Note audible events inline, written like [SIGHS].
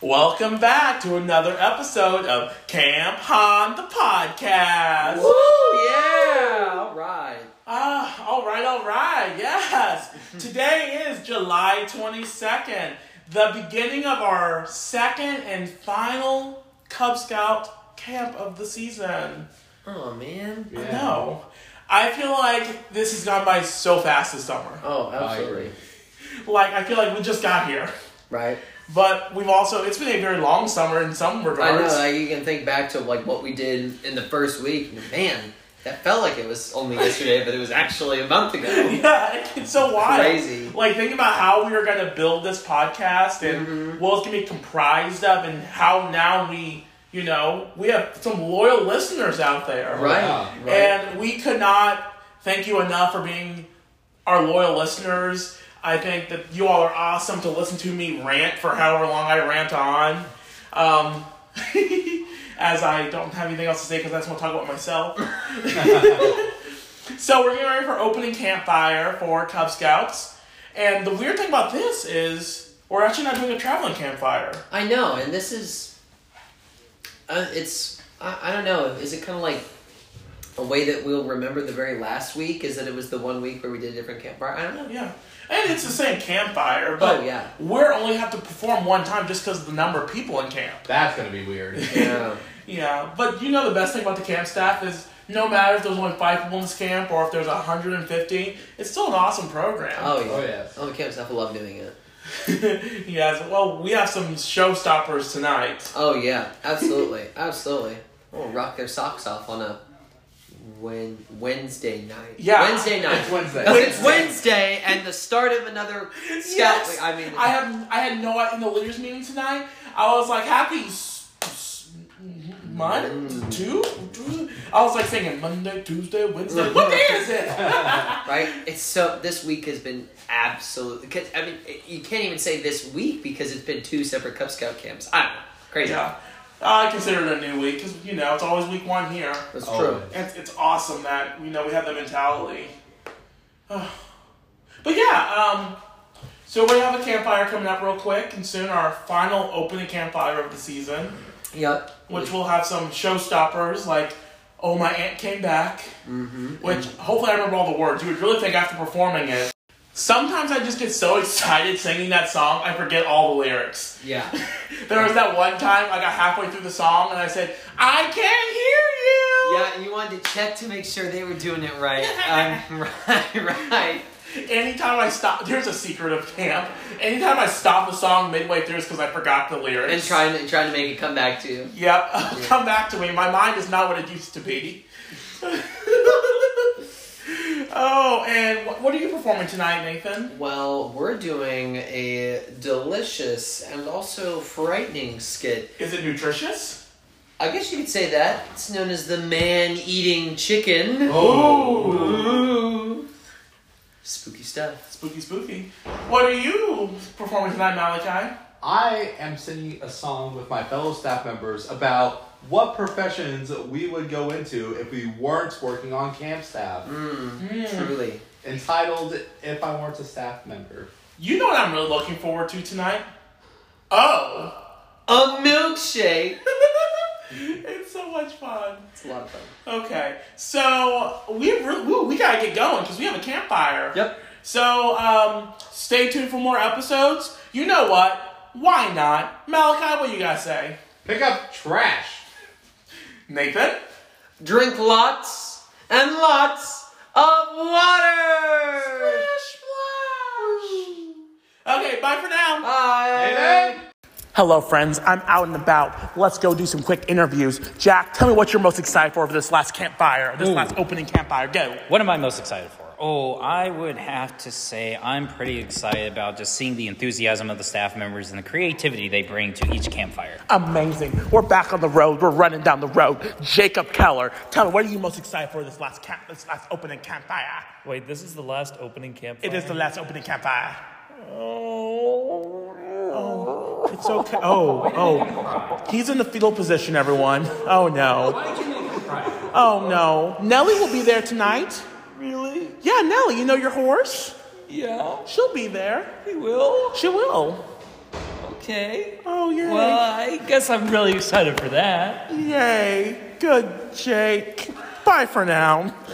Welcome back to another episode of Camp Han the podcast. Woo! Yeah! All right. Ah, all right, all right. [LAUGHS] Yes. Today is July 22nd, the beginning of our second and final Cub Scout camp of the season. Oh man. I know. I feel like this has gone by so fast this summer. Oh, agree. absolutely. Oh. Like I feel like we just got here. Right. But we've also it's been a very long summer in some I know. regards. Like, you can think back to like what we did in the first week. and, Man, that felt like it was only yesterday, but it was actually a month ago. [LAUGHS] yeah, it's so wild. Crazy. Like think about how we were gonna build this podcast and Mm-hmm. what it's gonna be comprised of, and how now we, you know, we have some loyal listeners out there, [LAUGHS] Right. Yeah. Right. And we could not thank you enough for being our loyal listeners. I think that you all are awesome to listen to me rant for however long I rant on. Um, [LAUGHS] as I don't have anything else to say because I just want to talk about myself. [LAUGHS] so we're getting ready for opening campfire for Cub Scouts. And the weird thing about this is we're actually not doing a traveling campfire. I know, and this is. Uh, it's I, I don't know. Is it kind of like a way that we'll remember the very last week? Is that it was the one week where we did a different campfire? I don't know. Yeah. And it's the same campfire, but Oh, yeah. we're only have to perform one time just because of the number of people in camp. That's gonna be weird. [LAUGHS] Yeah. Yeah, but you know the best thing about the camp staff is no matter if there's only five people in this camp or if there's 150, it's still an awesome program. Oh yeah. Oh, yes. All the camp stuff. I love doing [LAUGHS] it. yes, well, we have some showstoppers tonight. Oh yeah, absolutely, absolutely. We'll rock their socks off on a when Wednesday night. Yeah. Wednesday It's night. Wednesday. Because it's Wednesday and the start of another scout. Yes! I mean, I have I had no in the leaders meeting tonight. I was like happy s- s- month two. I was like singing Monday, Tuesday, [LAUGHS] Wednesday. What day is it? [LAUGHS] right? It's so this week has been absolutely. Cause, I mean, it- you can't even say this week because it's been two separate Cub Scout camps. I don't know. Crazy. yeah, I consider it a new week because you know it's always week one here. That's Oh, true. And it's, it's awesome that you know we have that mentality. [SIGHS] but yeah, um, so we have a campfire coming up real quick, and soon our final opening campfire of the season, Yep. which will have some showstoppers like "Oh My Aunt Came Back," which hopefully I remember all the words. You would really think after performing it. Sometimes I just get so [LAUGHS] excited singing that song, I forget all the lyrics. Yeah. There was that one time I got halfway through the song and I said, "I can't hear you." Yeah, you wanted to check to make sure they were doing it [LAUGHS] right. Um, [LAUGHS] right, right. Anytime I stop, here's a secret of camp. Anytime I stop a song midway through, it's because I forgot the lyrics. And trying to, trying to make it come back to you. Yep, [LAUGHS] come back to me. My mind is not what it used to be. [LAUGHS] oh, and wh- what are you performing tonight, Nathan? Well, we're doing a delicious and also frightening skit. Is it nutritious? I guess you could say that. It's known as the man eating chicken. Oh. Ooh. Spooky stuff. Spooky, spooky. What are you performing tonight, Malachi? I am singing a song with my fellow staff members about what professions we would go into if we weren't working on camp staff. Hmm. Truly. Entitled "If I Weren't a Staff Member." You know what I'm really looking forward to tonight? Oh! [LAUGHS] A milkshake. it's so much fun. It's a lot of fun. Okay, so we re- woo, we gotta get going because we have a campfire. Yep. So um, stay tuned for more episodes. You know what? Why not, Malachi? What you gotta say, Pick up trash. Nathan? Drink lots and lots of water. Okay, bye for now. Bye. Amen. Hello, friends. I'm out and about. Let's go do some quick interviews. Jack, tell me what you're most excited for for this last campfire, this Ooh. last opening campfire. Go. What am I most excited for? Oh, I would have to say I'm pretty excited about just seeing the enthusiasm of the staff members and the creativity they bring to each campfire. Amazing. We're back on the road. We're running down the road. Jacob Keller, tell me, what are you most excited for this last camp, this last opening campfire? Wait, this is the last opening campfire. It is the last opening campfire. Oh. It's okay. Oh, oh. He's in the fetal position, everyone. Oh, no. Oh, no. Nellie will be there tonight. Really? Yeah, Nellie, you know your horse? Yeah. She'll be there. He will. She will. Okay. Oh, yay. Well, I guess I'm really excited for that. Yay. Good, Jake. Bye for now.